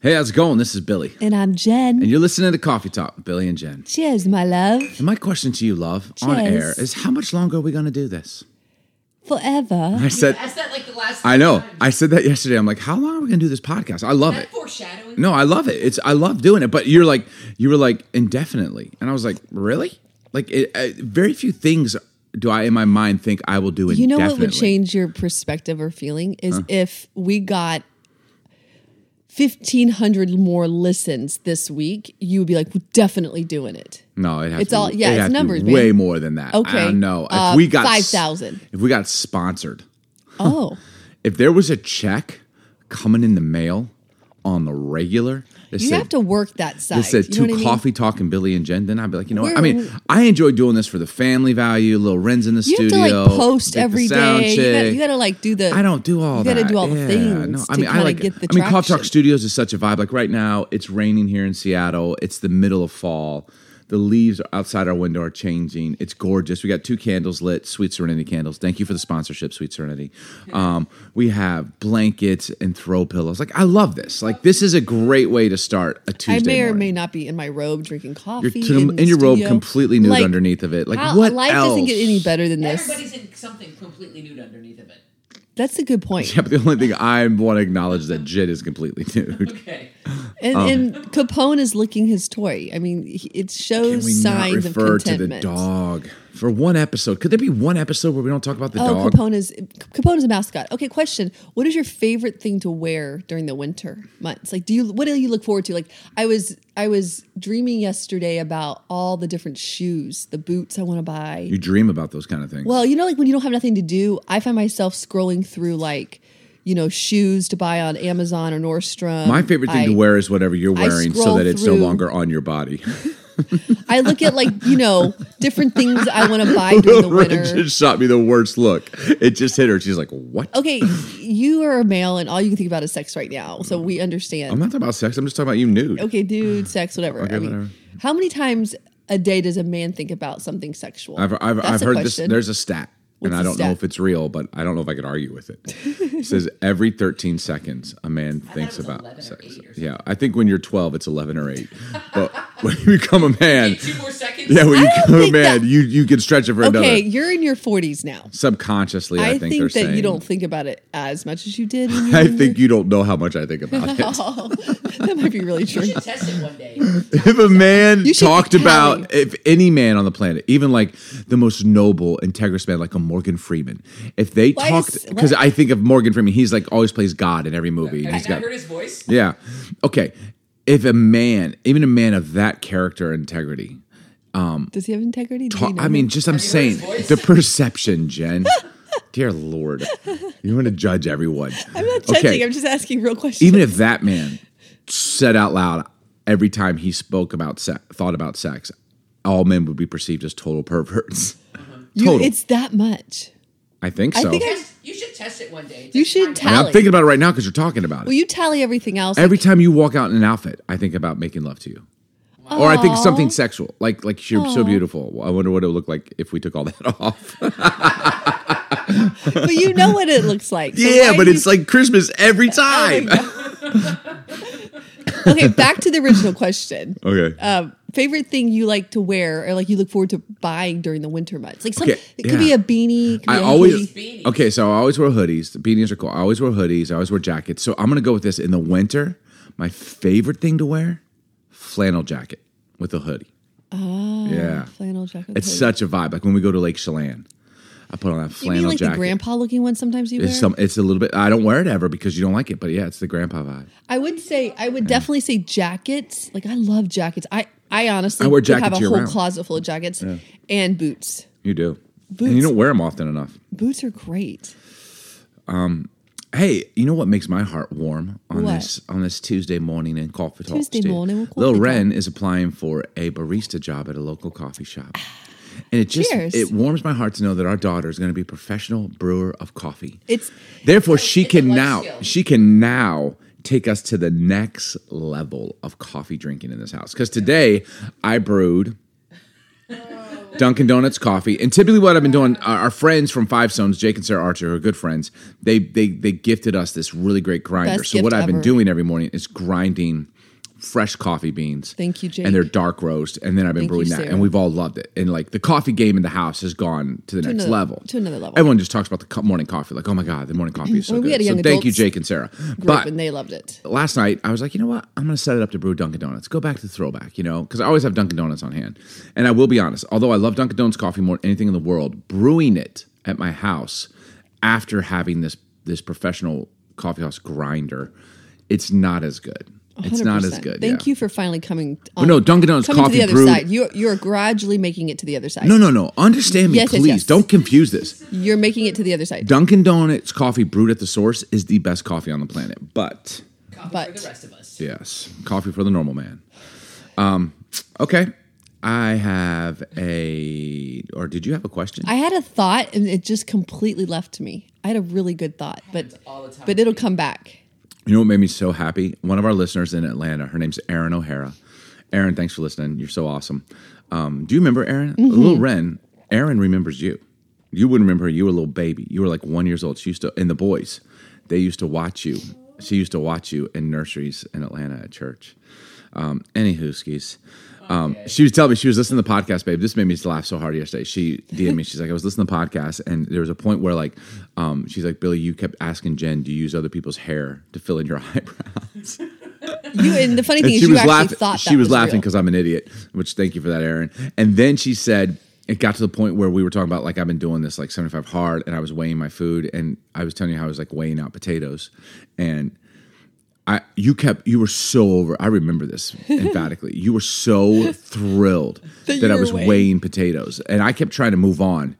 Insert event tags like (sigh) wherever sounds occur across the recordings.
Hey, how's it going? This is Billy. And I'm Jen. And you're listening to Coffee Talk, Billy and Jen. Cheers, my love. And my question to you, love, on air Cheers. is how much longer are we going to do this? Forever. I said, I said like the last. I know. time. I said that yesterday. I'm like, how long are we going to do this podcast? I love that it. foreshadowing. No, I love it. It's I love doing it. But you're like, you were like indefinitely, and I was like, really? Like, it, I, very few things do I in my mind think I will do You know indefinitely. what would change your perspective or feeling is if we got 1500 more listens this week, you would be like, we're definitely doing it. No, it has It's to all- be, yeah, it'd it's have to be numbers, way man. more than that. I Okay. don't know. If Uh, we got s- 5,000. if we got sponsored, Oh, if there was a check coming in the mail on the regular, that you said, have to work that side. that said you know two what I mean? coffee talking Billy and Jen, then I'd be like, you know what? I We're- mean, I enjoy doing this for the family value. Little Ren's in the You have to studio. like post make the every sound day. You gotta, check. you gotta like do the. I don't do all You that. gotta do all the Yeah, things. No, to I mean, I kinda like. get the I mean, Coffee Talk traction. Studios is such a vibe. Like right now, it's raining here in Seattle. It's the middle of fall. The leaves outside our window are changing. It's gorgeous. We got two candles lit, Sweet Serenity candles. Thank you for the sponsorship, Sweet Serenity. Um, we have blankets and throw pillows. Like I love this. Like this is a great way to start a Tuesday I may or morning. may not be in my robe drinking coffee. You're to- in, in, the your robe, studio. completely nude Like, underneath of it. Like how- what Life else? doesn't get any better than this. Everybody's in something completely nude underneath of it. That's a good point. (laughs) Yeah, but the only thing I want to acknowledge is that Jid is completely (laughs) nude. Okay. And, and Capone is licking his toy. I mean, he- it Um, Can shows we signs not of refer to the contentment. dog for one episode? Could there be one episode where we don't talk about the Oh, dog? Capone is Capone is a mascot. Okay, question: What is your favorite thing to wear during the winter months? Like, do you what do you look forward to? Like, I was I was dreaming yesterday about all the different shoes, the boots I want to buy. You dream about those kind of things. Well, you know, like when you don't have nothing to do, I find myself scrolling through like, you know, shoes to buy on Amazon or Nordstrom. My favorite thing to I- wear is whatever you're wearing so scroll that it's no through- longer on your body. (laughs) I look at like you know different things I want to buy (laughs) during the Ren winter. just shot me the worst look. It just hit her. She's like, what? Okay, you are a male, and all you can think about is sex right now. So Mm. we I'm understand. not talking about sex. I'm just talking about you nude. (sighs) Okay, dude, sex, whatever. I mean, whatever. how many times a day does a man think about something sexual? I've, I've, That's I've a heard question. this. There's a stat, What's and I the don't know stat? if it's real, but I don't know if I could argue with it. (laughs) it says every 13 seconds, a man thinks was about 11 or eight sex. or something. Yeah, I think when you're 12, it's 11 or 8. But (laughs) when you become a (laughs) man, Two more seconds. yeah, when you don't become a think man, that- you, you can stretch it for okay, another. you're in your 40s now. Subconsciously, I, I think, they're think that saying. you don't think about it as much as you did. When (laughs) you I were in think you don't know how much I think about (laughs) it. (laughs) Oh, that might be really true. You should test it one day. if a man You should talked be about counting. if any man on the planet, even like the most noble, integrous man, like a Morgan Freeman, if they Why talked, is- because what? I think of Morgan Freeman, he's like always plays God in every movie. and I, he's (laughs) I got, heard his voice. yeah, okay. If a man, even a man of that character integrity, Does he have integrity? Do ta- you know I him? mean, just I'm Have you heard saying his voice? the perception, Jen. (laughs) Dear Lord, you want to judge everyone. I'm not judging. I'm just asking real questions. even if that man said out loud every time he spoke about se- thought about sex, all men would be perceived as total perverts. You- total. it's that much. I think I so. I think I- Test- You should test it one day. You Just should find out. am tally. thinking about it right now because you're talking about it. Will you tally everything else? every time you walk out in an outfit, I think about making love to you. Or I think something sexual, like like you're so beautiful. I wonder what it would look like if we took all that (laughs) off. but you know what it looks like. So (laughs) yeah, why but do you- it's like Christmas every time. okay. Back to the original question. (laughs) okay, Um, favorite thing you like to wear, or like you look forward to buying during the winter months? Like some, Okay, it could be yeah. a beanie. it could be I a always hoodie. Hoodies. okay. So I always wear hoodies. The beanies are cool. I always wear hoodies. I always wear jackets. So I'm gonna go with this in the winter. My favorite thing to wear: flannel jacket with a hoodie. Oh, yeah, flannel jacket. it's hoodie. such a vibe. Like when we go to Lake Chelan, I put on that you flannel mean like jacket. the grandpa looking one sometimes you wear? It's some. It's a little bit. I don't wear it ever because you don't like it. But yeah, it's the grandpa vibe. I would say I would definitely say jackets. Like I love jackets. I I honestly I wear could have jackets a whole year-round. closet full of jackets and boots. You do, and you Boots. don't wear them often enough. Boots are great. Hey, you know what makes my heart warm on What? this on this Tuesday morning in coffee talk? Tuesday Steve? morning with Lil Coffee Ren is applying for a barista job at a local coffee shop, and it just Cheers. it warms my heart to know that our daughter is going to be a professional brewer of coffee. It's Therefore, she it's a can life now skill. she can now take us to the next Oh. level of coffee drinking in this house. Because today I brewed Dunkin' Donuts coffee. And typically, what I've been doing, our our friends from Five Stones, Jake and Sarah Archer, who are good friends, they they they gifted us this really great grinder. Best so what gift I've been ever. doing every morning is grinding fresh coffee beans. Thank you, Jake. And they're dark roast, and then I've been Thank you, brewing that, Sarah. and we've all loved it. And like the coffee game in the house has gone to the next another- level, to another level. Everyone just talks about the co- morning coffee, like oh my god, the morning coffee is so Well, we good. had a so young thank you, adults Jake and Sarah. group, But and they loved it. last night I was like, you know what? I'm gonna set it up to brew Dunkin' Donuts. Go back to the throwback, you know, because I always have Dunkin' Donuts on hand. And I will be honest, although I love Dunkin' Donuts coffee more than anything in the world, brewing it at my house after having this this professional coffee house grinder, it's not as good. It's not as 100%. good. Thank yeah. you for finally coming. But On, no, Dunkin' Donuts coming to coffee the other brewed. side. You you're gradually making it to the other side. No, no, no. Understand me, Yes, yes, please. yes. Don't confuse this. you're making it to the other side. Dunkin' Donuts coffee brewed at the source is the best coffee on the planet. But Coffee But- for the rest of us. Yes, coffee for the normal man. Um, okay, I have a. Or did you have a question? I had a thought and it just completely left me. I had a really good thought, but all the time. but it'll come back. you know what made me so happy? One of our listeners in Atlanta. Her name's Erin O'Hara. Erin, thanks for listening. You're so awesome. Um, do you remember Erin? Little Ren. Erin remembers you. You wouldn't remember her. You were a little baby. You were like one years old. She used to, and the boys, they used to watch you. She used to watch you in nurseries in Atlanta at church. Um, anywho, skis. Um, She was telling me she was listening to the podcast, babe. This made me laugh so hard yesterday. She DM'd me. She's like, I was listening to the podcast, and there was a point where like, um, she's like, Billy, you kept asking Jen, do you use other people's hair to fill in your (laughs) eyebrows? You and the funny And thing is, she you was actually laughing. thought She that was, was laughing real. because I'm an idiot. Which thank you for that, Aaron. And then she said it got to the point where we were talking about like I've been doing this like 75 hard, and I was weighing my food, and I was telling you how I was like weighing out potatoes, and I you kept you were so over. I remember this emphatically. you were so (laughs) thrilled that, you I were was weighing. weighing potatoes, and I kept trying to move on.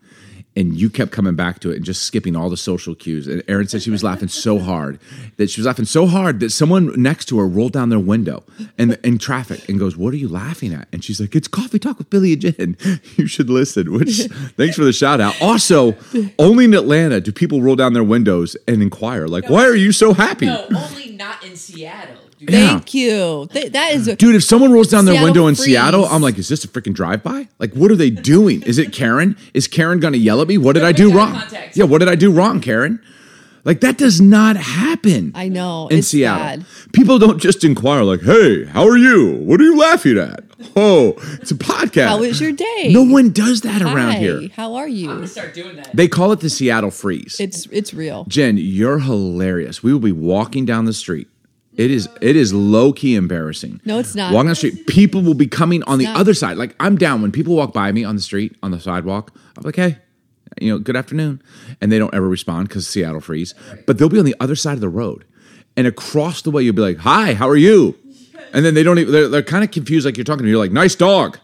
And you kept coming back to it and just skipping all the social cues. And Erin said she was laughing so hard that she was laughing so hard that someone next to her rolled down their window and in traffic and goes, "What are you laughing at?" And she's like, "It's coffee talk with Billy and Jen. (laughs) You should listen." Which thanks for the shout out. Also, only in Atlanta do people roll down their windows and inquire, like, "Why are you so happy?" No, only not in Seattle. Dude. Yeah. Thank you. Th- that is Dude, if someone rolls down their Seattle window in freeze. Seattle, I'm like, is this a freaking drive by? Like, what are they doing? Is it Karen? Is Karen gonna yell at me? What did I do Perfect eye wrong? contact. Yeah, what did I do wrong, Karen? Like, that does not happen. I know, In it's Seattle, sad. people don't just inquire, like, hey, how are you? What are you laughing at? Oh, it's a podcast. How was your day? No one does that around Hi, here. How are I'm you? gonna start doing that. They call it the Seattle freeze. It's it's real. Jen, you're hilarious. We will be walking down the street. It is it is low key embarrassing. No, it's not. Walking down the street, people will be coming on the not. other side. Like I'm down when people walk by me on the street on the sidewalk. I'm like, hey, you know, good afternoon, and they don't ever respond because Seattle freeze. But they'll be on the other side of the road, and across the way, you'll be like, hi, how are you? And then they don't even. They're, they're kind of confused, like you're talking to. You're like, nice dog,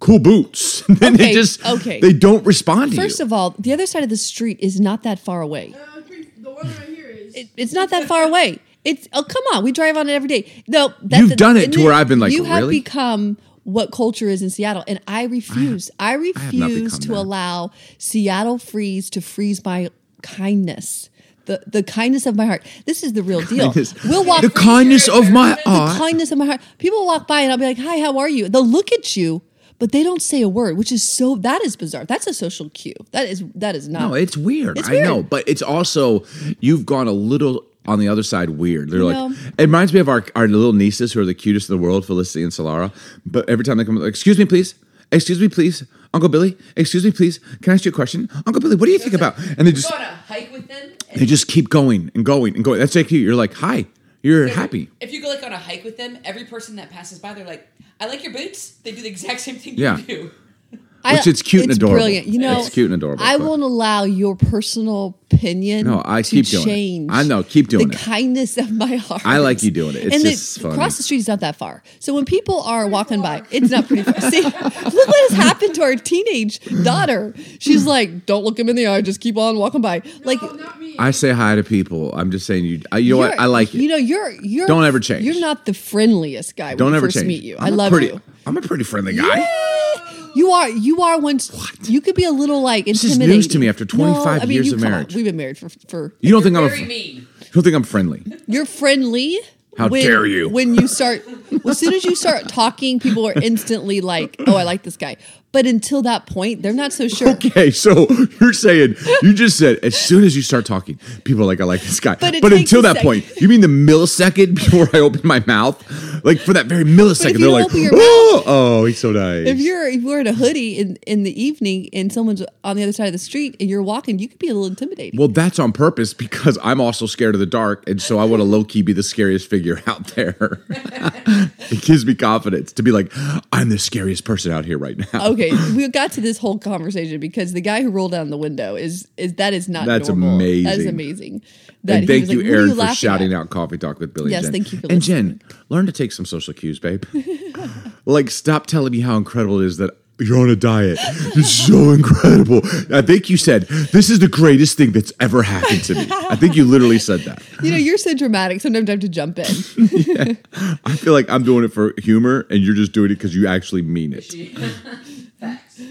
cool boots. (laughs) and then they Okay, just okay. They don't respond to you. First of all, the other side of the street is not that far away. Uh, pretty- the one right here is. It, it's not that far away. It's oh come on, we drive on it every day. No, that's You've done it and to then where I've been like, you have really? become what culture is in Seattle, and I refuse. I I, have not refuse become to that. allow Seattle freeze to freeze my kindness. The, the kindness of my heart. This is the real deal. Kindness- We'll walk the kindness of my The the heart. kindness of my heart. People walk by and I'll be like, "Hi, how are you?" They'll look at you, but they don't say a word, which is so that is bizarre. That's a social cue. That is that is not. No, it's weird. It's I know, weird. but it's also you've gone a little on the other side weird. They're No. like it reminds me of our our little nieces who are the cutest in the world, Felicity and Solara. But every time they come, like, excuse me, please, excuse me, please, Uncle Billy, excuse me, please, can I ask you a question, Uncle Billy? What do you think about? And they just go on a hike with them. and they just keep going and going and going. That's like you. You're like, hi, you're happy. If you go like on a hike with them, every person that passes by, they're like, "I like your boots." They do the exact same thing Yeah. you do. I- Which it's cute and adorable. Brilliant, you know. It's cute and adorable, I but- won't allow your personal opinion. No, I to keep doing it. change. I know, keep doing the it. kindness of my heart. I like you doing it. It's just funny. across the street is not that far. So when people are walking by, it's not pretty far. (laughs) See, look what has happened to our teenage daughter. She's like, "Don't look him in the eye. Just keep on walking by." Like. no, not me. I say hi to people. I'm just saying you. I- You know what? you're- I like it. You know, you're you're Don't ever change. You're not the friendliest guy. When Don't you ever first change. Meet you. i I'm a love pretty, you. I'm a pretty friendly guy. You are you are once you could be a little like is intimidating. news to me after 25 I mean, years you- of come on, marriage. we've been married for for You don't think You're I'm a, very fr- you mean. don't think I'm friendly? you're friendly. How when, dare you. When you start as soon as you start talking, people are instantly like, "Oh, I like this guy." But until that point, they're not so sure. Okay, so you're saying you just said as soon as you start talking, people are like, I like this guy. But But, it takes until a that second. point, you mean the millisecond (laughs) before I open my mouth? Like for that very millisecond, you they're don't like, open your oh, oh, he's so nice. If you're if you're in a hoodie in in the evening and someone's on the other side of the street and you're walking, you could be a little intimidating. well, that's on purpose because I'm also scared of the dark, and so I want to low key be the scariest figure (laughs) out there. it gives me confidence to be like, I'm the scariest person out here right now. okay, we got to this whole conversation because the guy who rolled down the window is is that is not That's normal. That is amazing. amazing. That And he thank was like, you, "What are Aaron, for laughing shouting at?" out Coffee Talk with Billy and Yes, Jen. thank you for and Jen, learn to take some social cues, babe. (laughs) like, stop telling me how incredible it is that you're on a diet. It's so incredible. I think you said, this is the greatest thing that's ever happened to me. I think you literally said that. You know, you're so dramatic. Sometimes I have to jump in. I feel like I'm doing it for humor, and you're just doing it because you actually mean it. Facts. (laughs)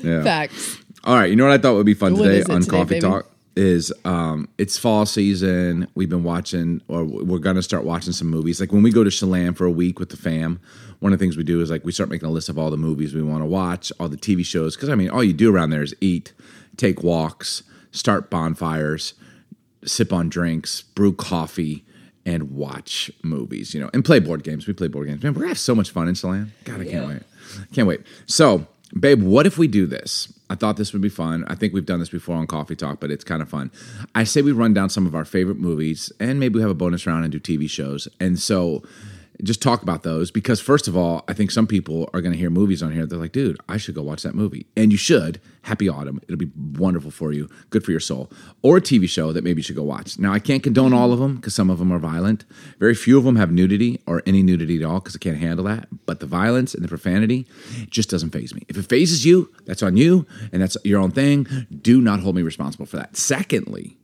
Yeah. Facts. All right, you know what I thought would be fun What today is it on today, Coffee baby? Talk is um it's fall season. We've been watching or we're going to start watching some movies. Like when we go to Chelan for a week with the fam, one of the things we do is like we start making a list of all the movies we want to watch, all the TV shows cuz I mean all you do around there is eat, take walks, start bonfires, sip on drinks, brew coffee and watch movies, you know, and play board games. We play board games. Man, we're gonna have so much fun in Chelan. God, I can't wait. Can't wait. So, babe, what if we do this? I thought this would be fun. I think we've done this before on Coffee Talk, but it's kind of fun. I say we run down some of our favorite movies and maybe we have a bonus round and do TV shows. And so just talk about those because first of all, I think some people are going to hear movies on here. They're like, dude, I should go watch that movie. And you should. Happy autumn. It'll be wonderful for you, good for your soul. Or a TV show that maybe you should go watch. Now, I can't condone all of them because some of them are violent. Very few of them have nudity or any nudity at all because I can't handle that. But the violence and the profanity it just doesn't phase me. If it phases you, that's on you and that's your own thing. Do not hold me responsible for that. Secondly,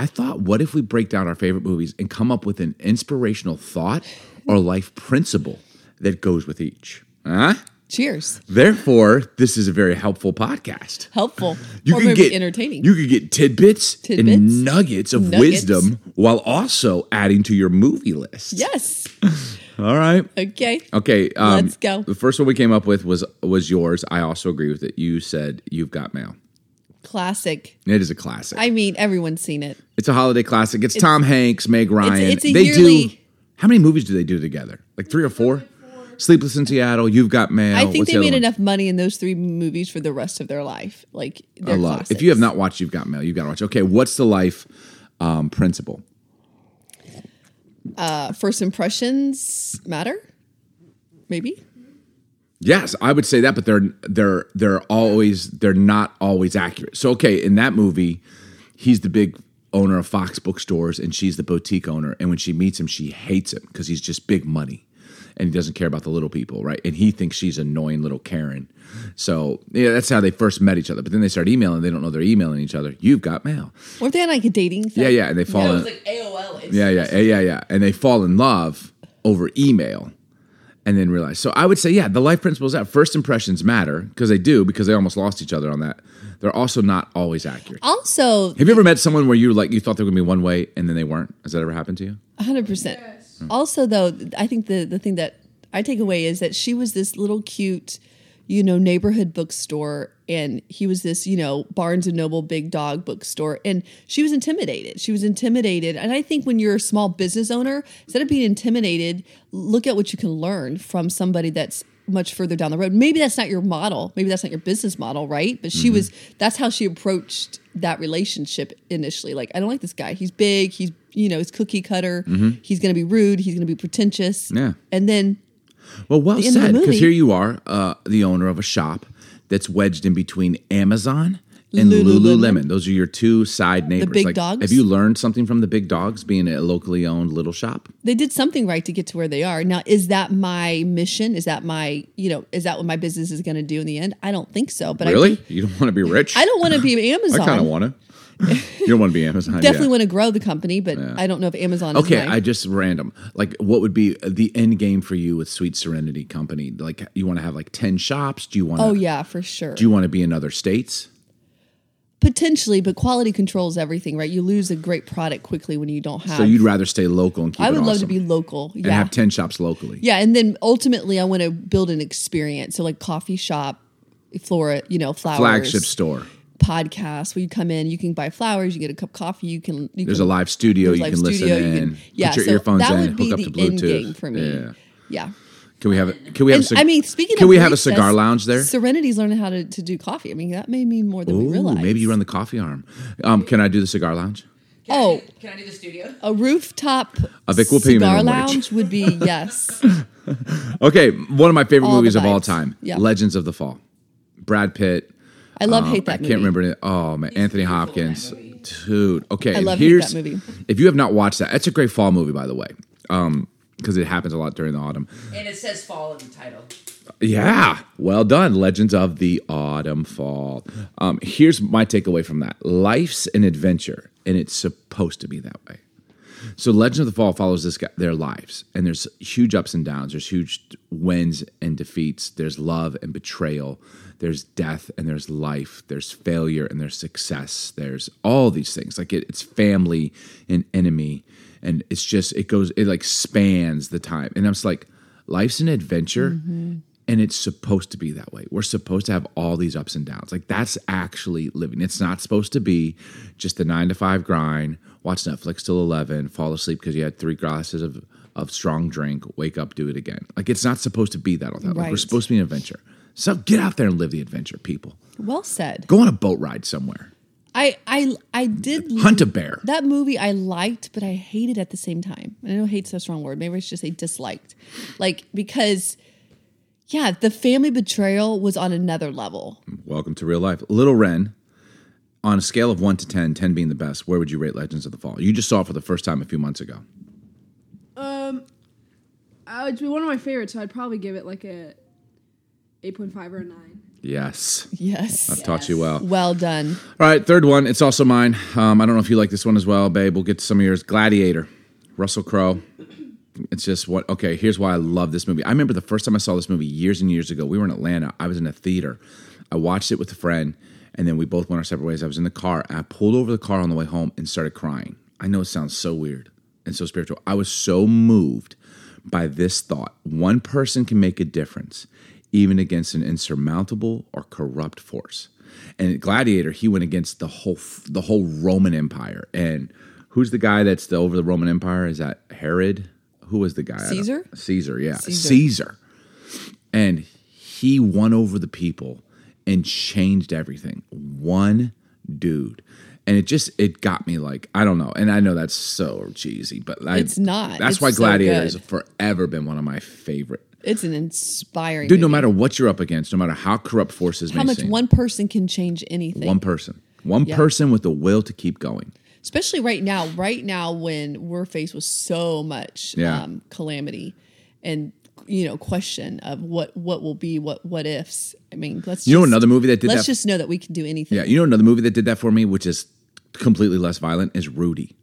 I thought, what if we break down our favorite movies and come up with an inspirational thought or life principle that goes with each? Huh? Cheers. Therefore, this is a very helpful podcast. Helpful. You or can maybe get entertaining. You could get tidbits, Tidbits? and nuggets of Nuggets. wisdom while also adding to your movie list. yes. All right. Okay. Okay. Um, Let's go. The first one we came up with was was yours. I also agree with it. You said you've got mail. Classic. It is a classic. I mean, everyone's seen it. It's a holiday classic. It's, Tom Hanks, Meg Ryan. it's a they do. yearly- How many movies do they do together? Like three or four. Sleepless in Seattle. You've got mail. I think What's they the other made one? enough money in those three movies for the rest of their life. Like I they're love. classics. It. If you have not watched, you've got mail. You've got to watch. Okay, what's the life um, principle? Uh, first impressions matter. Maybe. Yes, I would say that, but they're they're they're always they're not always accurate. So okay, in that movie, he's the big owner of Fox bookstores and she's the boutique owner. And when she meets him, she hates him because he's just big money and he doesn't care about the little people, right? And he thinks she's annoying little Karen. So yeah, that's how they first met each other. But then they start emailing, they don't know they're emailing each other. You've got mail. Or if they had like a dating thing. Yeah, yeah. And they fall It in was like AOL. It's yeah, yeah, yeah, yeah, yeah. And they fall in love over email and then realize. So I would say, yeah, the life principle is that first impressions matter because they do, because they almost lost each other on that. They're also not always accurate. Also, Have you ever met someone where you like you thought they were gonna be one way and then they weren't? Has that ever happened to you? hundred percent. Also, though, I think the the thing that I take away is that she was this little cute, you know, neighborhood bookstore, and he was this, you know, Barnes and Noble big dog bookstore, and she was intimidated. She was intimidated, and I think when you're a small business owner, instead of being intimidated, look at what you can learn from somebody that's much further down the road. Maybe that's not your model. Maybe that's not your business model, right? But she was Mm-hmm. that's how she approached that relationship initially. Like, I don't like this guy. He's big, he's you know, he's cookie cutter, he's gonna be rude, he's gonna be pretentious. Mm-hmm. Yeah. And then Well, well end of the said. movie. Because here you are, uh, the owner of a shop that's wedged in between Amazon and Lululemon. Lululemon. Those are your two side neighbors. big like, dogs? Have you learned something from the big dogs being a locally owned little shop? they did something right to get to where they are. Now, is that my mission? Is that my, you know, is that what my business is gonna do in the end? I don't think so. But I really? do, You don't want to be rich? I don't wanna be (laughs) Amazon. I kind of want to. you don't want to be Amazon. Definitely yeah. want to grow the company, but I don't know if Amazon is Okay, mine. I just random. Like, what would be the end game for you with Sweet Serenity Company? Like, you want to have like ten shops? Do you want? oh yeah, for sure. Do you want to be in other states? potentially, but quality controls everything, right? You lose a great product quickly when you don't have. So you'd rather stay local and keep I would it love to awesome be local. and Yeah. have 10 shops locally. Yeah, and then ultimately, I want to build an experience. So like coffee shop, flora, you know, flowers, Flagship store. podcast where you come in, you can buy flowers, you get a cup of coffee, you can. You There's a can, live studio there's you live can studio, listen you in. can- yeah, put your so earphones that in, would be hook up the to end Bluetooth. game for me. Yeah. Yeah. Can we have a can we have And, a cig- I mean, speaking Can of we have a recess, cigar lounge there? Serenity's learning how to, to do coffee. I mean, that may mean more than we Ooh, realize. Maybe you run the coffee arm. Um, can I do the cigar lounge? Can I Oh. do- can I do the studio? a rooftop A Vic will pay cigar minimum wage. lounge (laughs) would be yes. Okay, one of my favorite All the movies of all vibes. time, Yeah. Legends of the Fall. Brad Pitt. I love um, hate I that can't movie. remember. It. Oh man, Anthony beautiful, Hopkins, that movie. dude. Okay, and love Hate here's That movie. if you have not watched that, that's a great fall movie, by the way, because it happens a lot during the autumn. And it says fall in the title. Yeah, well done. Legends of the Autumn Fall. Um, here's my takeaway from that life's an adventure, and it's supposed to be that way. So, Legend of the Fall follows this guy, their lives, and there's huge ups and downs. There's huge wins and defeats. There's love and betrayal. There's death and there's life. There's failure and there's success. There's all these things. Like it, it's family and enemy, and it's just it goes it like spans the time. And I'm just like, life's an adventure, and it's supposed to be that way. We're supposed to have all these ups and downs. Like that's actually living. It's not supposed to be just the nine to five grind, watch Netflix till eleven, fall asleep because you had three glasses of of strong drink, wake up, do it again. Like it's not supposed to be that all that. Like we're Right. supposed to be an adventure. So get out there and live the adventure, people. Well said. Go on a boat ride somewhere. I I I did Hunt a bear. That movie I liked, but I hated at the same time. I know hate's a strong word. Maybe I should just say disliked. Like because yeah, the family betrayal was on another level. Welcome to real life. Little Wren, on a scale of one to 10, 10 being the best, where would you rate Legends of the Fall? You just saw it for the first time a few months ago. Um, uh, it's one of my favorites, so I'd probably give it like a eight point five or a nine. Yes. Yes. I've taught you well. Well done. All right, third one. It's also mine. Um, I don't know if you like this one as well, babe. We'll get to some of yours. Gladiator, Russell Crowe. It's just what. Okay, here's why I love this movie. I remember the first time I saw this movie years and years ago. We were in Atlanta. I was in a theater. I watched it with a friend, and then we both went our separate ways. I was in the car. And I pulled over the car on the way home and started crying. I know it sounds so weird and so spiritual. I was so moved by this thought. One person can make a difference, even against an insurmountable or corrupt force. And in Gladiator, he went against the whole the whole Roman Empire. And who's the guy that's the, over the Roman Empire? Is that Herod? Who was the guy? I don't- Caesar? Caesar, yeah, Caesar. Caesar. And he won over the people and changed everything. One dude. And it just it got me like I don't know, and I know that's so cheesy, but I, It's not. That's It's why so Gladiator has good. forever been one of my favorite. It's an inspiring Dude, no movie. matter what you're up against, no matter how corrupt forces how may much seem, one person can change anything. one person, one person with the will to keep going. especially right now right now when we're faced with so much Yeah. um, calamity and you know question of what what will be what what ifs i mean let's You know just- another movie that did let's that? just know that we can do anything yeah, you know another movie that did that for me, which is completely less violent, is Rudy.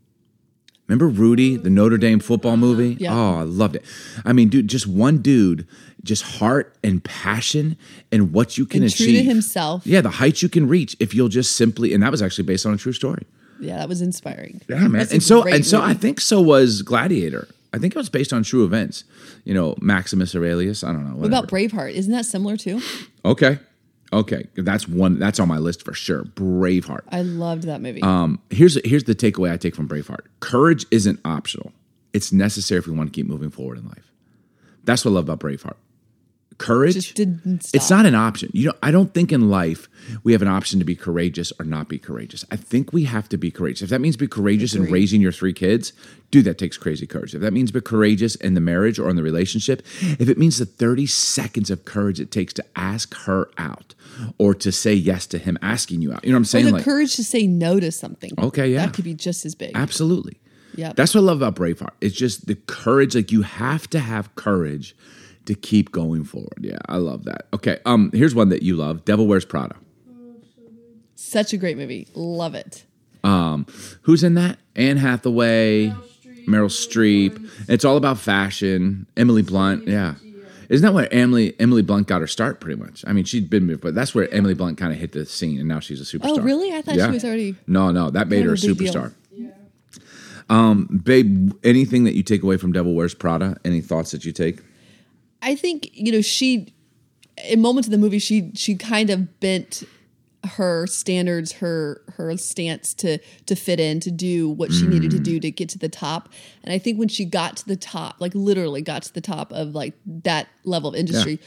Remember Rudy, the Notre Dame football movie? Yeah. Oh, I loved it. I mean, dude, just one dude, just heart and passion and what you can And true achieve. to himself. Yeah, the heights you can reach if you'll just simply and that was actually based on a true story. yeah that was inspiring Yeah, man. That's a And so great and so I movie. think so was Gladiator. I think it was based on true events. You know, Maximus Aurelius. I don't know. what whatever. about braveheart isn't that similar too okay. Okay. That's one that's on my list for sure. Braveheart. i loved that movie Um, here's here's the takeaway I take from Braveheart. Courage isn't optional. It's necessary if we want to keep moving forward in life. That's what I love about Braveheart. Courage just didn't stop. it's not an option. You know, I don't think in life we have an option to be courageous or not be courageous. I think we have to be courageous. If that means be courageous in raising your three kids, dude, that takes crazy courage. If that means be courageous in the marriage or in the relationship, if it means the 30 seconds of courage it takes to ask her out or to say yes to him asking you out. You know what I'm or saying? the Like, courage to say no to something Okay, yeah. that could be just as big absolutely. Yep. That's what I love about Braveheart. It's just the courage. Like you have to have courage to keep going forward. Yeah, I love that. Okay, um, here's one that you love: Devil Wears Prada. such a great movie love it Um, who's in that? Anne Hathaway, Meryl Streep. It's all about fashion. Emily Blunt. Yeah. Isn't that where Emily Emily Blunt got her start? Pretty much. I mean, she'd been moved, but that's where Emily Blunt kind of hit the scene, and now she's a superstar. Oh, really? I thought she was already No, no, that made kind her a of a big deal. superstar. Um, babe, anything that you take away from Devil Wears Prada? Any thoughts that you take? I think you know she, in moments of the movie, she she kind of bent her standards, her her stance to to fit in, to do what she needed to Mm. do to get to the top. And I think when she got to the top, like literally got to the top of like that level of industry.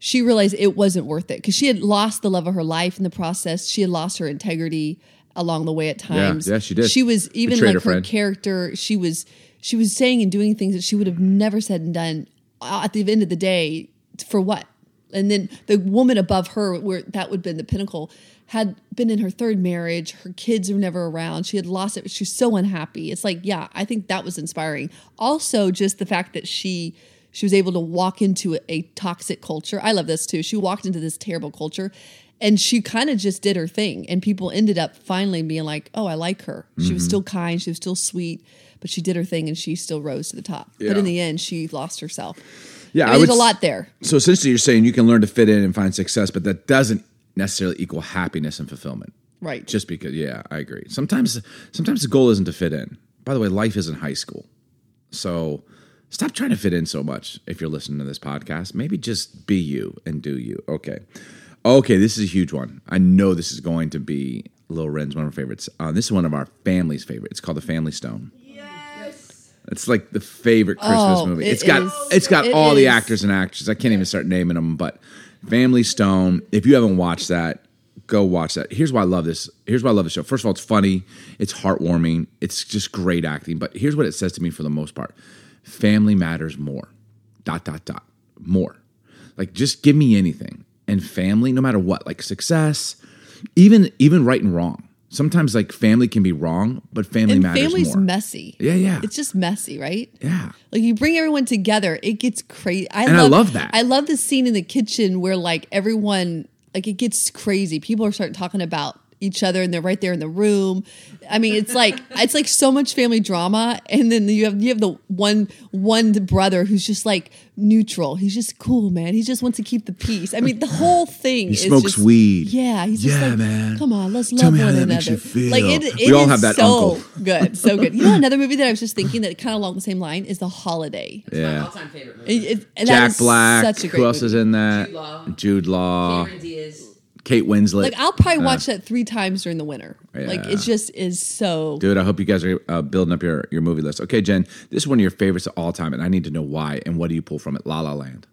She realized it wasn't worth it because she had lost the love of her life in the process. She had lost her integrity along the way at times. yeah, she did. She was even Betrayed like her her, friend. character. She was she was saying and doing things that she would have never said and done uh, at the end of the day for what? And then the woman above her, where that would have been the pinnacle, had been in her third marriage. Her kids were never around. She had lost it. She's so unhappy. It's like, yeah, I think that was inspiring. Also, just the fact that she she was able to walk into a, a toxic culture. I love this too. She walked into this terrible culture and she kind of just did her thing. And people ended up finally being like, oh, I like her. She Mm-hmm. was still kind, she was still sweet, but she did her thing and she still rose to the top. But Yeah. in the end, she lost herself. Yeah, I there's a lot there. So essentially, you're saying you can learn to fit in and find success, but that doesn't necessarily equal happiness and fulfillment. Right. Just because, yeah, I agree. Sometimes, sometimes the goal isn't to fit in. By the way, life isn't high school, so stop trying to fit in so much. If you're listening to this podcast, maybe just be you and do you. Okay, okay, this is a huge one. I know this is going to be Lil Ren's one of our favorites. Uh, this is one of our family's favorite. It's called the Family Stone. It's like the favorite Christmas Oh, movie. it It's got is. it's got It all the is. actors and actresses. I can't even start naming them, but Family Stone. If you haven't watched that, go watch that. Here's why I love this. Here's why I love the show. First of all, it's funny. It's heartwarming. It's just great acting. But here's what it says to me for the most part: family matters more. Dot dot dot more. Like just give me anything and family, no matter what. Like success, even even right and wrong. Sometimes like family can be wrong, but family And matters family's more. messy. Yeah, yeah. It's just messy, right? yeah. Like you bring everyone together, it gets crazy. I And I love that. I love the scene in the kitchen where like everyone, like it gets crazy. People are starting talking about each other, and they're right there in the room. I mean, it's (laughs) like it's like so much family drama, and then you have you have the one one brother who's just like neutral. He's just cool, man. He just wants to keep the peace. I mean, the whole thing. He is smokes just- weed. Yeah, he's just Yeah, like, man. Come on, let's Tell love me how one that another. makes you feel. Like it, it We all is have that so uncle. good, so good. You (laughs) know, another movie that I was just thinking that kind of along the same line is The Holiday. My Yeah. all-time favorite movie. It- it- and that Jack is Black. such a great Who else movie. is in that? Jude Law. Jude Law. Cameron Diaz. Kate Winslet. Like I'll probably watch that three times during the winter. Like Yeah. it just is so. Dude, I hope you guys are uh, building up your, your movie list. Okay, Jen, this is one of your favorites of all time, and I need to know why and what do you pull from it? La La Land.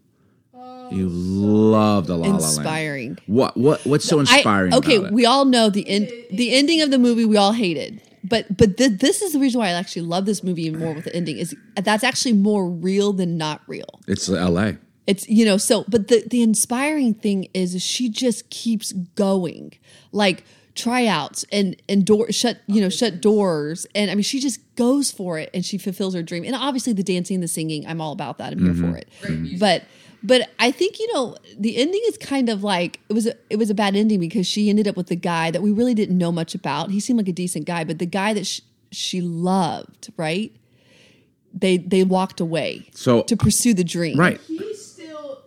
you love the La La Land. Oh, Inspiring. What what what's so I- inspiring? okay, about it? we all know the end. The ending of the movie we all hated, but but th- this is the reason why I actually love this movie even more with the ending is that's actually more real than not real. it's L.A. It's you know so but the the inspiring thing is she just keeps going. Like tryouts and and door shut you know shut doors and I mean she just goes for it and she fulfills her dream. And obviously the dancing, the singing, I'm all about that. I'm here Mm-hmm. for it. But but I think you know the ending is kind of like it was a, it was a bad ending because she ended up with the guy that we really didn't know much about. He seemed like a decent guy, but the guy that she, she loved, right? They they walked away So- to pursue the dream. Right. He still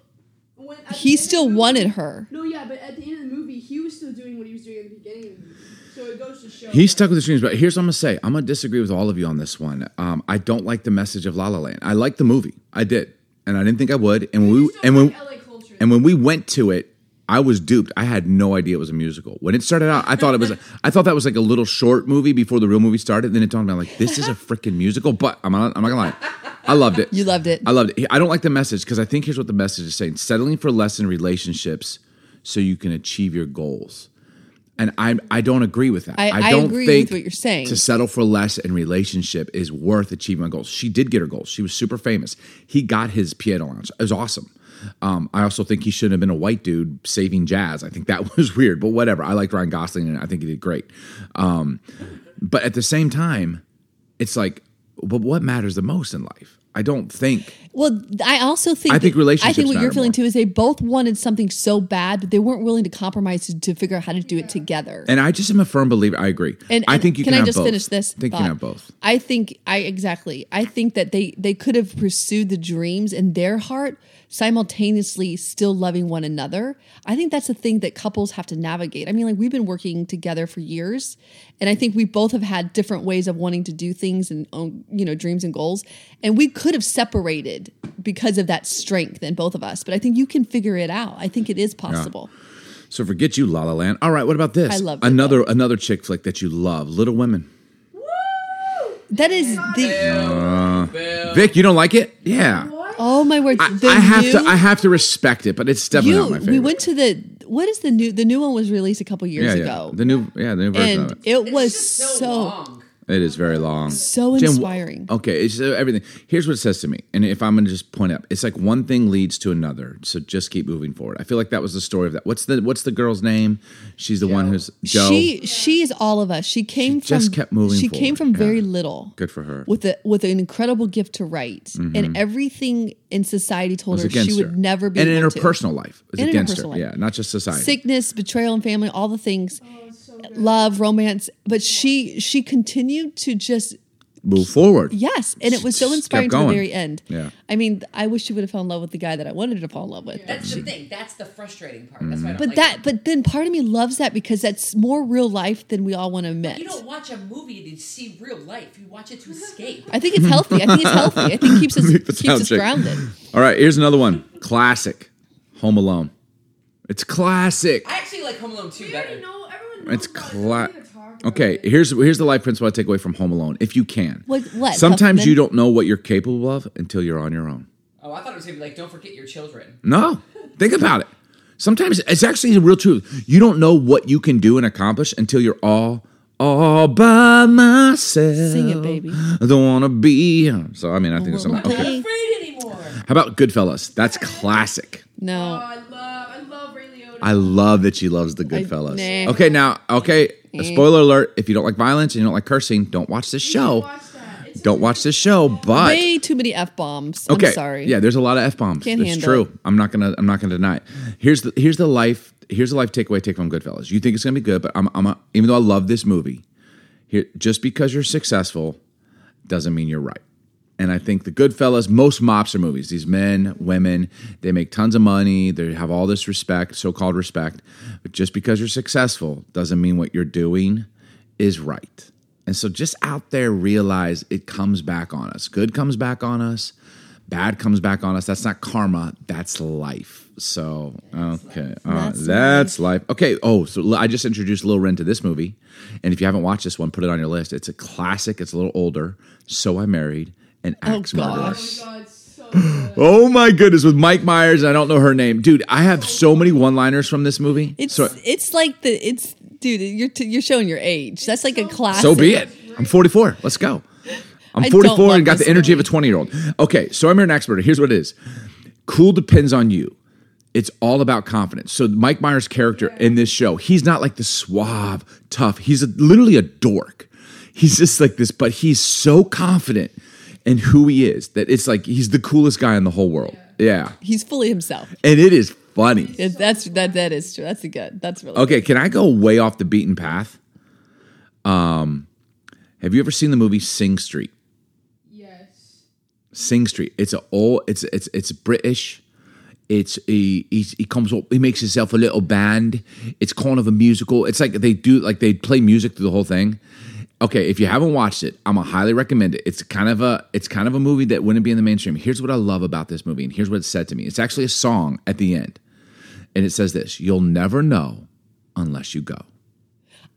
went. at the He end of still the movie- wanted her. No, yeah, but at the end of the movie, he was still doing what he was doing at the beginning of the movie. So it goes to show. He's stuck with his dreams, but here's what I'm gonna say. I'm gonna disagree with all of you on this one. Um, I don't like the message of La La Land. I like the movie. I did, and I didn't think I would. And we and when LA culture. and when we went to it, I was duped. I had no idea it was a musical. When it started out, I thought it was. I thought that was like a little short movie before the real movie started. Then it dawned on me like this is a freaking musical. But I'm not. I'm not gonna lie. I loved it. You loved it. I loved it. I don't like the message because I think here's what the message is saying: settling for less in relationships so you can achieve your goals. And I I don't agree with that. I- I don't agree think with what you're saying. To settle for less in relationship is worth achieving my goals. She did get her goals. She was super famous. He got his piano lounge. It was awesome. Um, I also think he shouldn't have been a white dude saving jazz. I think that (laughs) was weird, but whatever. I liked Ryan Gosling and I think he did great. Um, but at the same time, it's like, but what matters the most in life? I don't think. Well, I also think I think that- I relationships think what you're matter feeling more. too is they both wanted something so bad that they weren't willing to compromise to, to figure out how to do it together. And I just am a firm believer. I agree. And- I and think you can can, I have just both. finish this I think you thought? can have both. I think I exactly. I think that they they could have pursued the dreams in their heart simultaneously still loving one another. I think that's the thing that couples have to navigate. I mean, like we've been working together for years and I think we both have had different ways of wanting to do things and um, you know, dreams and goals and we could have separated because of that strength in both of us. But I think you can figure it out. I think it is possible. So forget you, La La Land. All right, what about this? I love Big another another chick flick that you love, Little Women. That is the Vic, you don't like it? Yeah. Oh my word. I, the I have to new- I have to respect it, but it's definitely not my favorite. we went to the what is the new the new one was released a couple years yeah, yeah. ago The new yeah, the new version and of it. it It's was just so long. It is very long. so Jen, wh- inspiring. okay, it's uh, everything. Here's what it says to me, and if I'm going to just point out, it's like one thing leads to another. So just keep moving forward. I feel like that was the story of that. What's the What's the girl's name? She's the one who's Joe. she she is all of us she came She from just kept moving she came forward. from very Yeah. little Good for her. Mm-hmm. with a with an incredible gift to write and everything in society told was her she against would her. never be and in able her to. personal life it was And in her against her. personal life. Yeah, not just society. sickness betrayal and family all the things love romance but she she continued to just Move forward. yes and it was so Just kept inspiring to the going. very end Yeah. i mean i wish she would have fell in love with the guy that i wanted her to fall in love with That's Mm-hmm. the thing. That's the frustrating part. That's why. I don't But like that, it. but then part of me loves that because that's more real life than we all want to admit. you don't watch a movie to see real life. You watch it to (laughs) escape. I think it's healthy. I think it's healthy. I think (laughs) it keeps us Make the keeps sound us check. grounded. All right, here's another one. Classic. Home Alone. It's classic. I actually like Home Alone two better. know, everyone It's cla- classic. Okay, here's here's the life principle I take away from Home Alone. If you can, What- what, Sometimes Huffman? you don't know what you're capable of until you're on your own. Oh, I thought it was gonna be like, don't forget your (laughs) children. No, think about it. Sometimes it's actually the real truth. You don't know what you can do and accomplish until you're all all by myself. Sing it, baby. I don't want to be. uh, So I mean, I think there's something. Okay. Okay. I'm not afraid anymore. How about Goodfellas? That's classic. Oh, No, I love, I love Ray Liotta. I love that she loves the Goodfellas. nah. Okay, now, okay. Spoiler alert: If you don't like violence and you don't like cursing, don't watch this Don't show. watch that. It's Don't watch this show. But way too many f bombs. Okay. I'm sorry. Yeah, there's a lot of f bombs. Can't It's handle true. it. I'm not gonna. I'm not gonna deny it. Here's the. Here's the life. Here's the life takeaway. Take from Goodfellas. You think it's gonna be good, but I'm. I'm. A, even though I love this movie, here just because you're successful doesn't mean you're right. And I think the Goodfellas, most mobster movies, these men, women, they make tons of money. They have all this respect, so called respect. But just because you're successful doesn't mean what you're doing is right. And so just out there, realize it comes back on us. Good comes back on us, bad comes back on us. That's not karma, that's life. So, okay. uh, That's that's, life. Okay. Oh, so I just introduced Lil Ren to this movie. And if you haven't watched this one, put it on your list. It's a classic, it's a little older. So I Married an Axe Murderer. gosh. Oh my god, so (clears throat) good. Oh my goodness, with Mike Myers, and I don't know her name. Dude, I have so many one liners from this movie. It's so, it's like the it's dude. You're t- you're showing your age. That's like a classic. so be it. I'm 44. Let's go. I'm I don't 44 and love got the this energy of a movie. 20 year old. Okay, so I'm here an expert. Here's what it is cool depends on you. It's all about confidence. So Mike Myers' character in this show, he's not like the suave, tough. He's a, literally a dork. He's just like this, but he's so confident in who he is that it's like he's the coolest guy in the whole world. Yeah. He's fully himself. And it is funny. It- that's that that is true. That's a good. That's really Okay, can I go way off the beaten path? Um, have you ever seen the movie Sing Street? Yes. Sing Street. It's a old. It's it's it's British. It's he he, he comes up. He makes himself a little band. It's kind of a musical. It's like they do like they play music through the whole thing. Okay, if you haven't watched it, I'm gonna highly recommend it. It's kind of a it's kind of a movie that wouldn't be in the mainstream. Here's what I love about this movie, and here's what it said to me. It's actually a song at the end, and it says this: "You'll never know unless you go."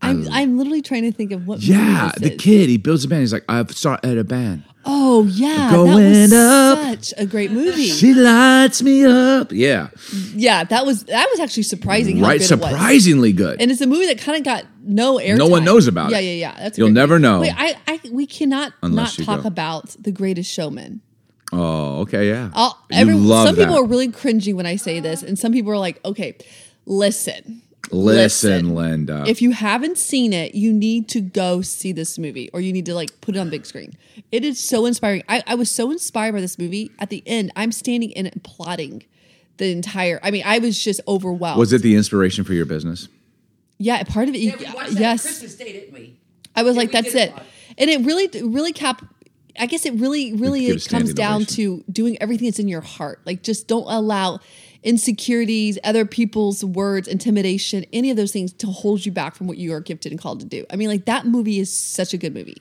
I'm I'm literally trying to think of what. movie Yeah, this the is. kid he builds a band. He's like, I've started a band. Oh yeah, that was Going up. such a great movie. She lights me up. Yeah, Yeah, that was that was actually surprising. How right. good It was. Surprisingly good. And it's a movie that kind of got no air. No one knows about yeah, it. Yeah, yeah, yeah. That's a You'll great never movie. know. Wait, I, I, we cannot Unless not you talk go. about The Greatest Showman. oh, okay, yeah. I'll, You every, love some people that. are really cringy when I say this, and some people are like, "Okay, listen, Listen, Linda. If you haven't seen it, you need to go see this movie or you need to like put it on big screen. It is so inspiring. I, I was so inspired by this movie. At the end, I'm standing and plotting the entire I mean, I was just overwhelmed. was it the inspiration for your business? Yeah, part of it. Yeah, we watched that yes. on Christmas Day, didn't we? I was Yeah, like, we that's did it. a lot. And it really, it really cap. I guess it really, really give a it comes standing down ovation. to doing everything that's in your heart. Like, just don't allow insecurities, other people's words, intimidation, any of those things to hold you back from what you are gifted and called to do. I mean, like that movie is such a good movie.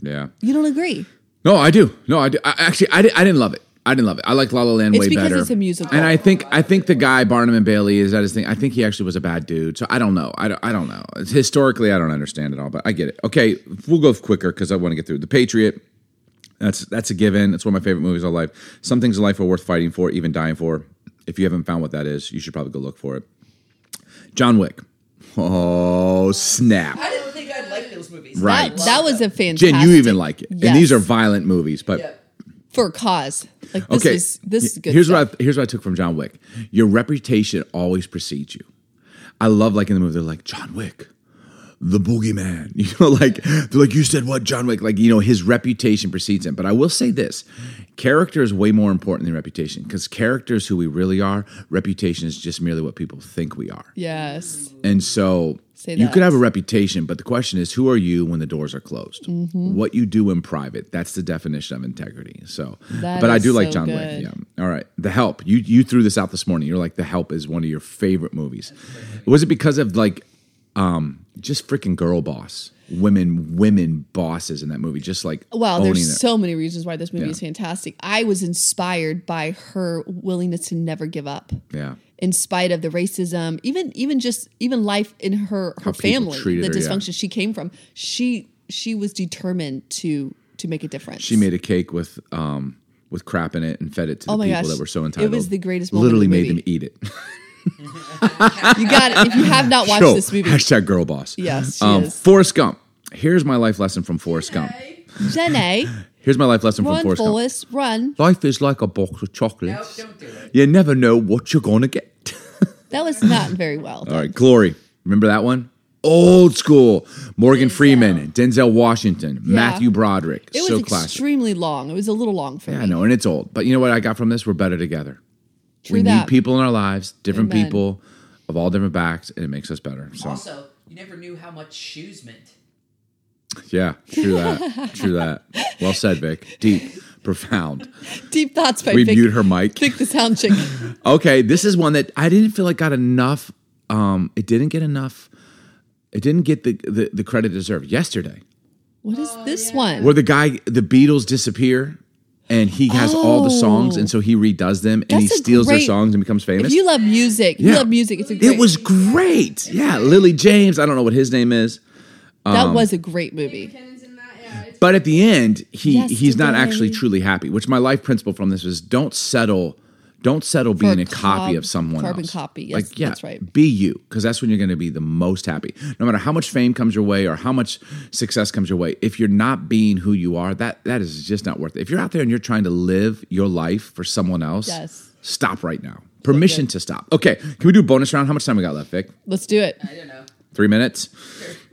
Yeah. You don't agree? No, I do. No, I do. I, actually, I, di- I didn't love it. I didn't love it. I like La La Land It's way because better. it's a musical. and I think I think the guy Barnum and Bailey is that his thing. I think he actually was a bad dude. So I don't know. I don't, I don't know. It's- historically, I don't understand it all, but I get it. Okay, we'll go quicker because I want to get through the Patriot. That's that's a given. It's one of my favorite movies of life. Some things in life are worth fighting for, even dying for. If you haven't found what that is, you should probably go look for it. John Wick. Oh snap! I didn't think I'd like those movies. Right. That, that was a fantastic. Jen, you even like it, and these Yes. are violent movies, but. Yep. for a cause. Like this is this is good. Here's stuff. what I, here's what I took from John Wick. Your reputation always precedes you. I love like in the movie they're like John Wick, the boogeyman. (laughs) You know, like they're like you said what John Wick. Like you know his reputation precedes him. But I will say this: character is way more important than reputation because character is who we really are. Reputation is just merely what people think we are. yes. And so Say you could that. have a reputation, but the question is, who are you when the doors are closed? Mm-hmm. What you do in private, that's the definition of integrity. So, That but I is do like so John good. Wick. Yeah. All right. The Help. You you threw this out this morning. You're like, The Help is one of your favorite movies. Was it because of like um just freaking girl boss? Women, women bosses in that movie, just like Well, owning there's it. so many reasons why this movie Yeah. is fantastic. I was inspired by her willingness to never give up. yeah. in spite of the racism, even even just even life in her people her family, treated the her, yeah. dysfunction she came from, she she was determined to to make a difference. She made a cake with um with crap in it and fed it to Oh the my people gosh. that were It so was entitled. the greatest moment in Literally the made them movie. eat it. you got it. If you have (laughs) not watched Yo, this movie, Hashtag girl boss. Yes, she um, is. Forrest Gump. Here's my life lesson from Forrest Gump. Jenna, Here's my life lesson run, (laughs) from Forrest Gump. Forrest, run. Life is like a box of Nope, chocolates. don't do it. You never know what you're gonna get. (laughs) That was not very well. All right, Glory. Remember that one? Old school. Morgan Freeman, Denzel Washington, Matthew Broderick. It was so classic. extremely long. It was a little long for Yeah, I me. know, and it's old. But you know what I got from this? We're better together. True we need that. people in our lives, different Amen. people of all different backs, and it makes us better. So Also, you never knew how much shoes meant. yeah, true that. true that. Well said, Vic. Deep, profound. Deep thoughts by we Vic, mute her mic. Vic the sound chick. Okay, this is one that I didn't feel like got enough. Um, it didn't get enough. It didn't get the the, the credit it deserved yesterday. What is this one? Where the guy, the Beatles disappear, and he has all the songs, and so he redoes them, and he That's a steals their great- songs and becomes famous. If you love music, you Yeah. love music. It's a great, it was great. Yeah, Lily James. I don't know what his name is, that um, was a great movie. Cannon's in that. Yeah, it's but at the end, he Yes, he's not today. actually truly happy. Which my life principle from this is: don't settle. Don't settle being a, a copy cob- of someone carbon else. copy. Yes, like yeah, that's right. Be you, because that's when you're going to be the most happy. No matter how much fame comes your way or how much success comes your way, if you're not being who you are, that that is just not worth it. If you're out there and you're trying to live your life for someone else, Yes. stop right now. Permission to stop. Okay, can we do a bonus round? How much time we got left, Vic? Let's do it. I don't know. three minutes.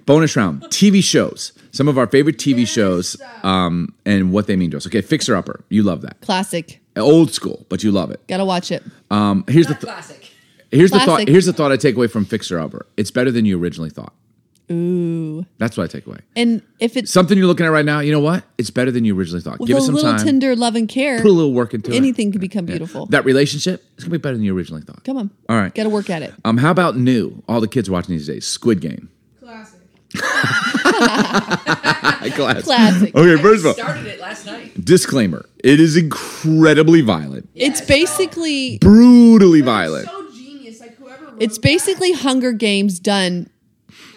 Bonus round: TV shows. Some of our favorite TV shows, um, and what they mean to us. Okay, Fixer Upper. You love that. Classic. Old school, but you love it. Gotta watch it. Um, here's the Not th- classic. here's the thought Classic. here's the thought I take away from Fixer Upper. It's better than you originally thought. Ooh. That's what I take away. And if it's Something you're looking at right now. You know what? It's better than you originally thought. with Give a it some little time. tender love and care, put a little work into it. anything can become beautiful. That relationship is gonna be better than you originally thought. Come on. All right. Gotta work at it. Um, how about new? All the kids watching these days. Squid Game. classic. Classic. (laughs) Classic. Okay, I first of all, started it last night. Disclaimer: It is incredibly violent, It's basically brutally violent. So genius. Like whoever. Wrote it's basically Hunger Games done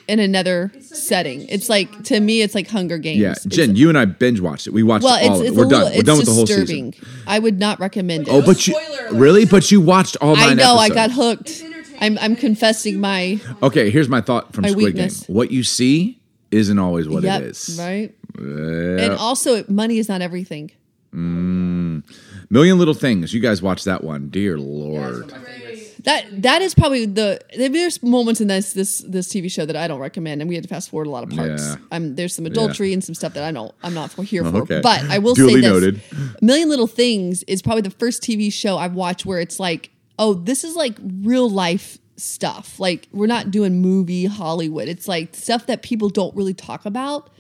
in another It's such an setting. It's like to interesting me, it's like Hunger Games. Yeah, It's- Jen, you and I binge watched it. We watched well, all it's, of it. it's We're a little, done. We're it's done with the whole disturbing. season. I would not recommend it. Oh, but you spoiler alert. really? But you watched all nine. I know. I got episodes. hooked. entertaining, I'm but I'm it's confessing super my Okay, here's my thought from My Squid weakness. Game. What you see isn't always what yep it is. right. And also, it- money is not everything. Million Little Things. You guys watched that one, dear lord. That's one of my favorites. That that is probably the there's moments in this this this TV show that I don't recommend, and we had to fast forward a lot of parts. Yeah. I'm there's some adultery and some stuff that I don't I'm not for here for. okay. But I will Duly say this: noted. Million Little Things is probably the first TV show I've watched where it's like, oh, this is like real life stuff. Like we're not doing movie Hollywood. It's like stuff that people don't really talk about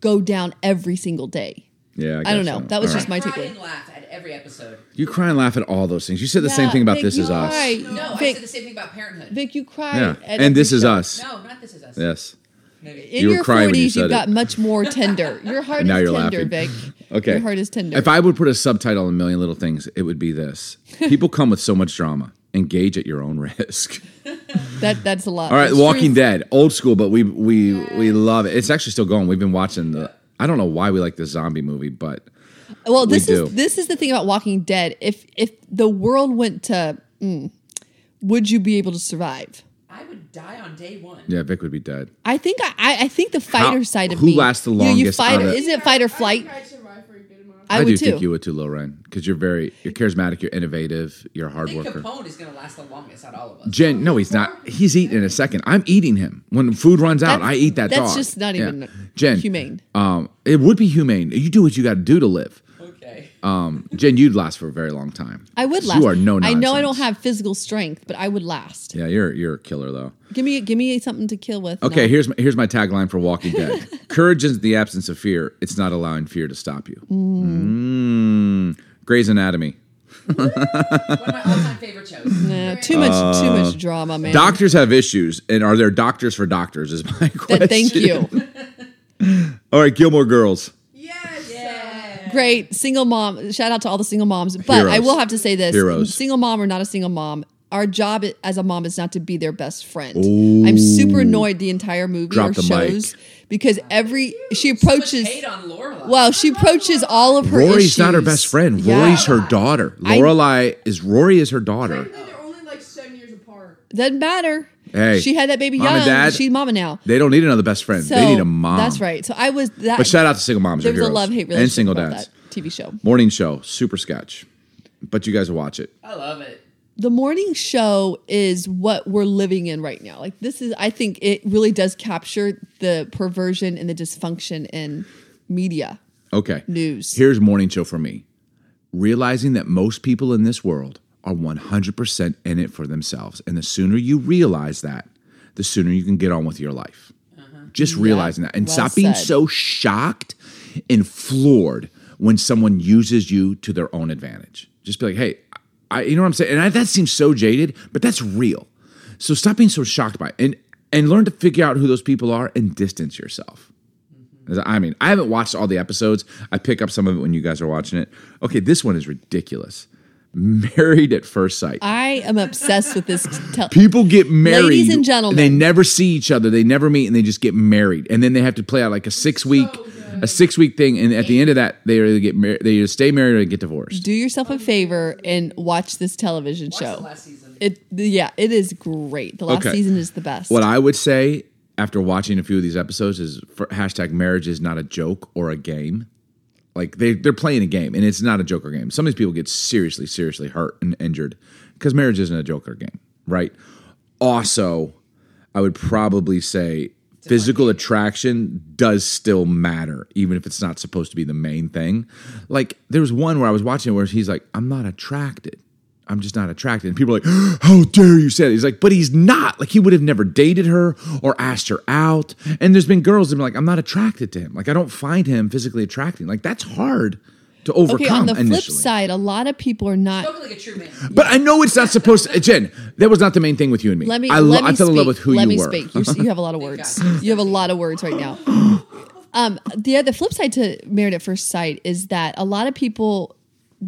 go down every single day. Yeah, I don't know. That was All just right. my Cry takeaway. and laugh at every episode. You cry and laugh at all those things. You said the same Yeah, thing about Vic, this you is us. cried. No, I Vic, said the same thing about Parenthood. Vic, you cried. Yeah, at every and this is show. us. no, not This Is Us. Yes. Maybe. In You were your crying when you forties, said you've it. got much more tender. Your (laughs) heart now is you're tender, laughing. Vic. Okay. your heart is tender. If I would put a subtitle on a million little things, it would be this: People come with so much drama. Engage at your own risk. (laughs) that that's a lot. All right, That's Walking truth. Dead, old school, but we we we love it. It's actually still going. We've been watching the. I don't know why we like the zombie movie, but Well, this We is do. this is the thing about Walking Dead. If if the world went to, mm, would you be able to survive? I would die on day one. yeah, Vic would be dead. I think I- I, I think the fighter side of who me. lasts the You- You, longest fight, out of- isn't it fight or flight? I think I'd survive for a good amount. I, I, do would think too. you would too, Lauren, because you're very you're charismatic, you're innovative, you're a I hard think worker. Capone is going to last the longest out of all of us. Jen, no, he's not. He's eating in a second. I'm eating him. When food runs out, That's- I eat that that's dog. just not even Jen, humane. Um, it would be humane. You do what you got to do to live. Okay. Um, Jen, you'd last for a very long time. I would 'Cause last. You are no. I Nonsense. know I don't have physical strength, but I would last. Yeah, you're you're a killer though. Give me give me something to kill with. Okay, No. here's my, here's my tagline for Walking (laughs) Dead: Courage is the absence of fear. It's not allowing fear to stop you. Mm. Grey's Anatomy. One of my all-time (laughs) favorite shows. Nah, too much too much Uh, drama, man. Doctors have issues, and are there doctors for doctors? Is (laughs) my question. Th- thank (laughs) you. All right, Gilmore Girls. Yes. uh, great single mom shout out to all the single moms but i Heroes. will have to say this Heroes. single mom or not a single mom our job i- as a mom is not to be their best friend i'm super annoyed the entire movie Drop or the shows because every she approaches Hate on Lorelai. well she approaches all of her Rory's issues. not her best friend. Yeah. Rory's her daughter. I- Lorelai is Rory is her daughter. Apparently they're only like seven years apart. doesn't matter Hey, she had that baby mom young and dad, she's mama now They don't need another best friend. so they need a mom. that's right so i was that But shout out to single moms. there are was a heroes. love hate relationship and single about dads. that tv show Morning show, super sketch. But you guys will watch it. I love it. the morning show is what we're living in right now. Like this is, I think it really does capture the perversion and the dysfunction in media Okay. news. Here's morning show for me. Realizing that most people in this world are 100% in it for themselves. And the sooner you realize that, the sooner you can get on with your life. Just realizing that and well stop being said. so shocked and floored when someone uses you to their own advantage. Just be like, hey, I, you know what I'm saying? And I, that seems so jaded, but that's real. So stop being so shocked by it and, and learn to figure out who those people are and distance yourself. Mm-hmm. I mean, I haven't watched all the episodes. I pick up some of it when you guys are watching it. Okay, this one is ridiculous. (laughs) Married at first sight. I am obsessed with this. (laughs) Tel- People get married. Ladies and gentlemen. They never see each other. They never meet and they just get married. And then they have to play out like a six week a six week thing. And at the end of that, they either get married they either stay married or they get divorced. Do yourself a favor and watch this television Watch show. the last season. It, yeah, it is great. The last Okay. season is the best. What I would say after watching a few of these episodes is for, hashtag marriage is not a joke or a game. Like they they're playing a game and it's not a joker game. Some of these people get seriously seriously hurt and injured because marriage isn't a joker game, right? Also, I would probably say physical attraction does still matter, even if it's not supposed to be the main thing. Like there was one where I was watching where he's like, "I'm not attracted." I'm just not attracted. And people are like, (gasps) how dare you say that? He's like, but he's not. Like, he would have never dated her or asked her out. And there's been girls that have been like, I'm not attracted to him. Like, I don't find him physically attracting. Like, that's hard to overcome okay, on the flip initially. side, a lot of people are not. Spoken like a true man. But I know it's not supposed to, Jen, that was not the main thing with you and me. Let me. I, lo- let me I fell speak. in love with who let you me were. speak. You're, you have a lot of words. You have a lot of words right now. (gasps) Um, the other flip side to Married at First Sight is that a lot of people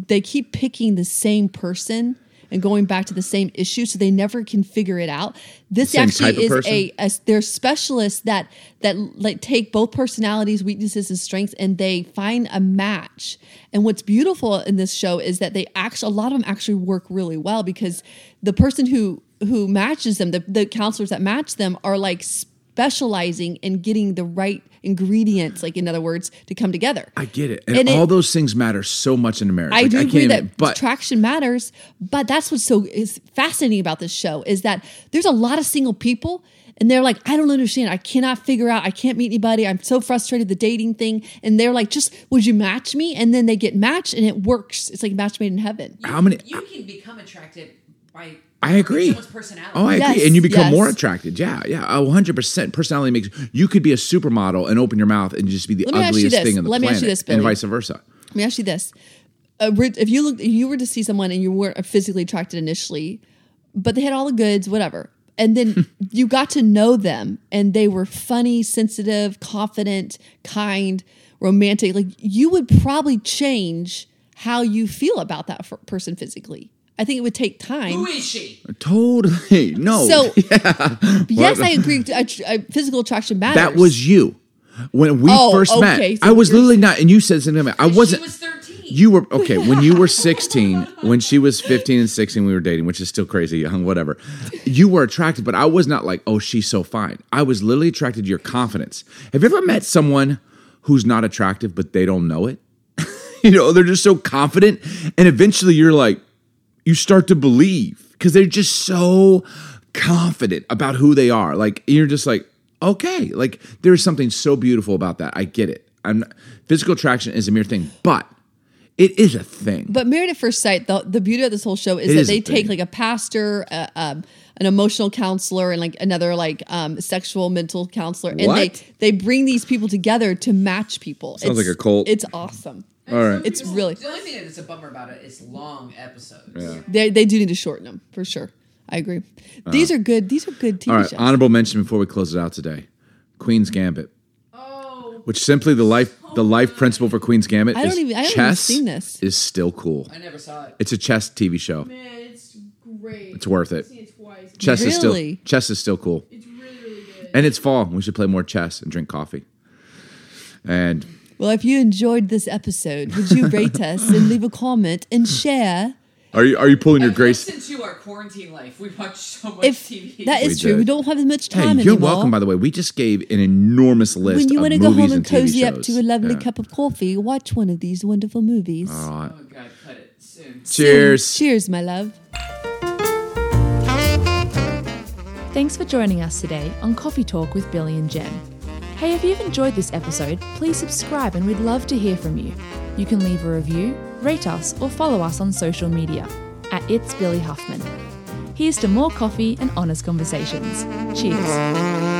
they keep picking the same person and going back to the same issue, so they never can figure it out. This Same type of actually is person? a, a they're specialists that that like take both personalities, weaknesses, and strengths, and they find a match. And what's beautiful in this show is that they actually a lot of them actually work really well because the person who who matches them, the the counselors that match them are like. Specialists specializing and getting the right ingredients, like in other words, to come together. I get it. And, And it- all those things matter so much in America. I Like, do can't agree even- that traction matters, but that's what's so is fascinating about this show is that there's a lot of single people and they're like, I don't understand. I cannot figure out. I can't meet anybody. I'm so frustrated the dating thing. And they're like, just would you match me? And then they get matched and it works. It's like a match made in heaven. (laughs) how many You can become attracted by I agree. someone's personality. Oh, I agree. Yes, And you become yes. more attracted. Yeah, yeah. Oh, 100%. Personality makes you could be a supermodel and open your mouth and just be the Let me ask you ugliest this. thing on the Let me ask planet. you this, Billy. and vice versa. Let me ask you this: A ri- if you look, if you were to see someone and you weren't physically attracted initially, but they had all the goods, whatever, (laughs) and then you got to know them, and they were funny, sensitive, confident, kind, romantic. Like you would probably change how you feel about that f- person physically. I think it would take time. Who is she? Totally. (laughs) No. So, yes, I agree. I, I, physical attraction matters. that was you. When we Oh, first okay, met, so I was you're- literally not, and you said something about I wasn't. She was thirteen. You were okay when you were 16. when she was 15 and 16, we were dating, which is still crazy (laughs) young, whatever. You were attracted, but I was not like, oh, she's so fine. I was literally attracted to your confidence. Have you ever met someone who's not attractive but they don't know it? (laughs) you know, they're just so confident, and eventually you're like, you start to believe because they're just so confident about who they are. Like you're just like, okay, like there's something so beautiful about that. I get it. I'm physical attraction is a mere thing, but it is a thing. But Married at First Sight, the, the beauty of this whole show is that is a they thing. take like a pastor, uh, um, an emotional counselor, and like another like um, sexual mental counselor, and What? they they bring these people together to match people. Sounds It's- like a cult. It's awesome. All right. It's really The only thing that's a bummer about it is long episodes. they they do need to shorten them for sure. I agree. These are good. These are good TV Uh-huh. All right. shows. Honorable mention before we close it out today. Queen's Gambit, Oh, which simply the life the life principle for Queen's Gambit I don't is even- I haven't even chess seen this. is still cool. I never saw it. It's a chess TV show. man, it's great. It's worth it. I've seen it twice. Chess is still Really? chess is still cool. It's really, really good. And it's fall. We should play more chess and drink coffee. And well, if you enjoyed this episode, would you (laughs) rate us and leave a comment and share? are you are you pulling your I've grace? listened to our quarantine life. We watched so much If TV. that is We true, we did. don't have as much Hey, time you're anymore. welcome. By the way, we just gave an enormous list. when you of want to movies go home and TV cozy up to shows. a lovely Yeah. cup of coffee, watch one of these wonderful movies. All right. oh god, cut it soon. Cheers. Cheers, my love. Thanks for joining us today on Coffee Talk with Billy and Jen. Hey, if you've enjoyed this episode, please subscribe and we'd love to hear from you. You can leave a review, rate us, or follow us on social media at It's Billy Huffman. Here's to more coffee and honest conversations. Cheers.